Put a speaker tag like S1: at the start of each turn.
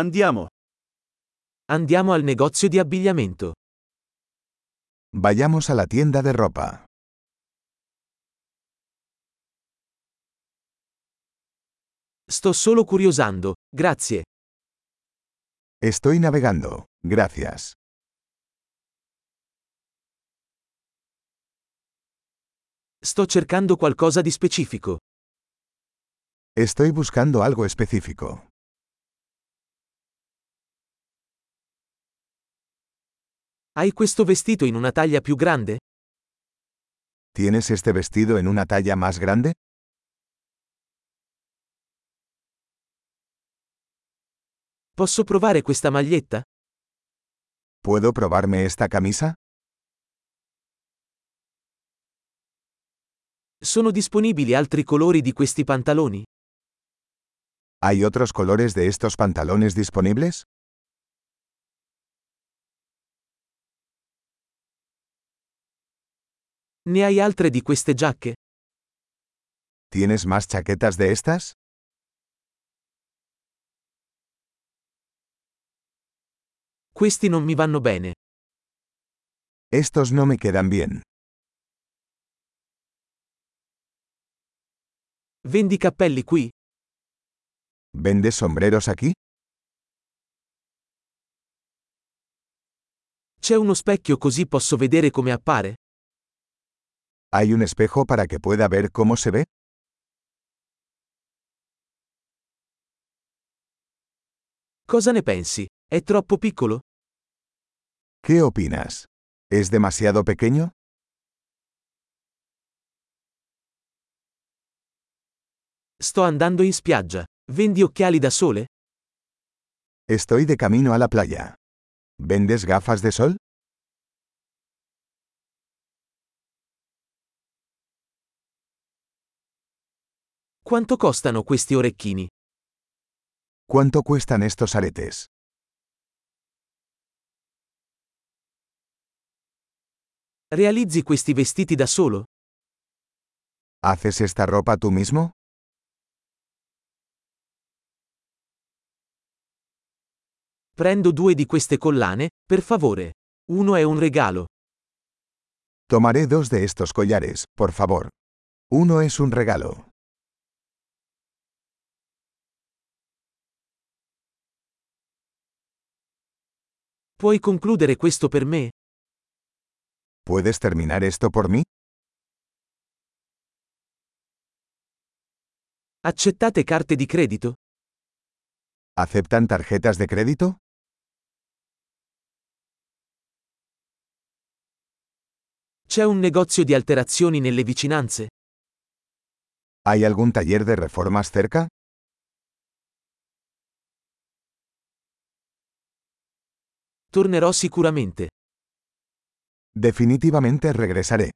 S1: Andiamo.
S2: Andiamo al negozio di abbigliamento.
S3: Vayamos a la tienda de ropa.
S2: Sto solo curiosando, grazie.
S3: Estoy navegando, gracias.
S2: Sto cercando qualcosa di specifico.
S3: Estoy buscando algo específico.
S2: Hai questo vestito in una taglia più grande?
S3: ¿Tienes este vestido en una talla más grande?
S2: Posso provare questa maglietta?
S3: ¿Puedo probarme esta camisa?
S2: Sono disponibili altri colori di questi pantaloni?
S3: ¿Hay otros colores de estos pantalones disponibles?
S2: Ne hai altre di queste giacche?
S3: ¿Tienes más chaquetas de estas?
S2: Questi non mi vanno bene.
S3: Estos no me quedan bien.
S2: Vendi cappelli qui?
S3: ¿Vendes sombreros aquí?
S2: C'è uno specchio così posso vedere come appare?
S3: ¿Hay un espejo para que pueda ver cómo se ve?
S2: Cosa ne pensi? È troppo piccolo?
S3: ¿Qué opinas? ¿Es demasiado pequeño?
S2: Sto andando in spiaggia. Vendi occhiali da sole?
S3: Estoy de camino a la playa. ¿Vendes gafas de sol?
S2: Quanto costano questi orecchini?
S3: ¿Cuánto cuestan estos aretes?
S2: Realizzi questi vestiti da solo?
S3: ¿Haces esta ropa tú mismo?
S2: Prendo due di queste collane, per favore. Uno è un regalo.
S3: Tomaré dos de estos collares, por favor. Uno es un regalo.
S2: Puoi concludere questo per me?
S3: ¿Puedes terminar esto por mí?
S2: Accettate carte di credito?
S3: ¿Aceptan tarjetas de crédito?
S2: C'è un negozio di alterazioni nelle vicinanze?
S3: ¿Hay algún taller de reformas cerca?
S2: Tornerò sicuramente.
S3: Definitivamente regresaré.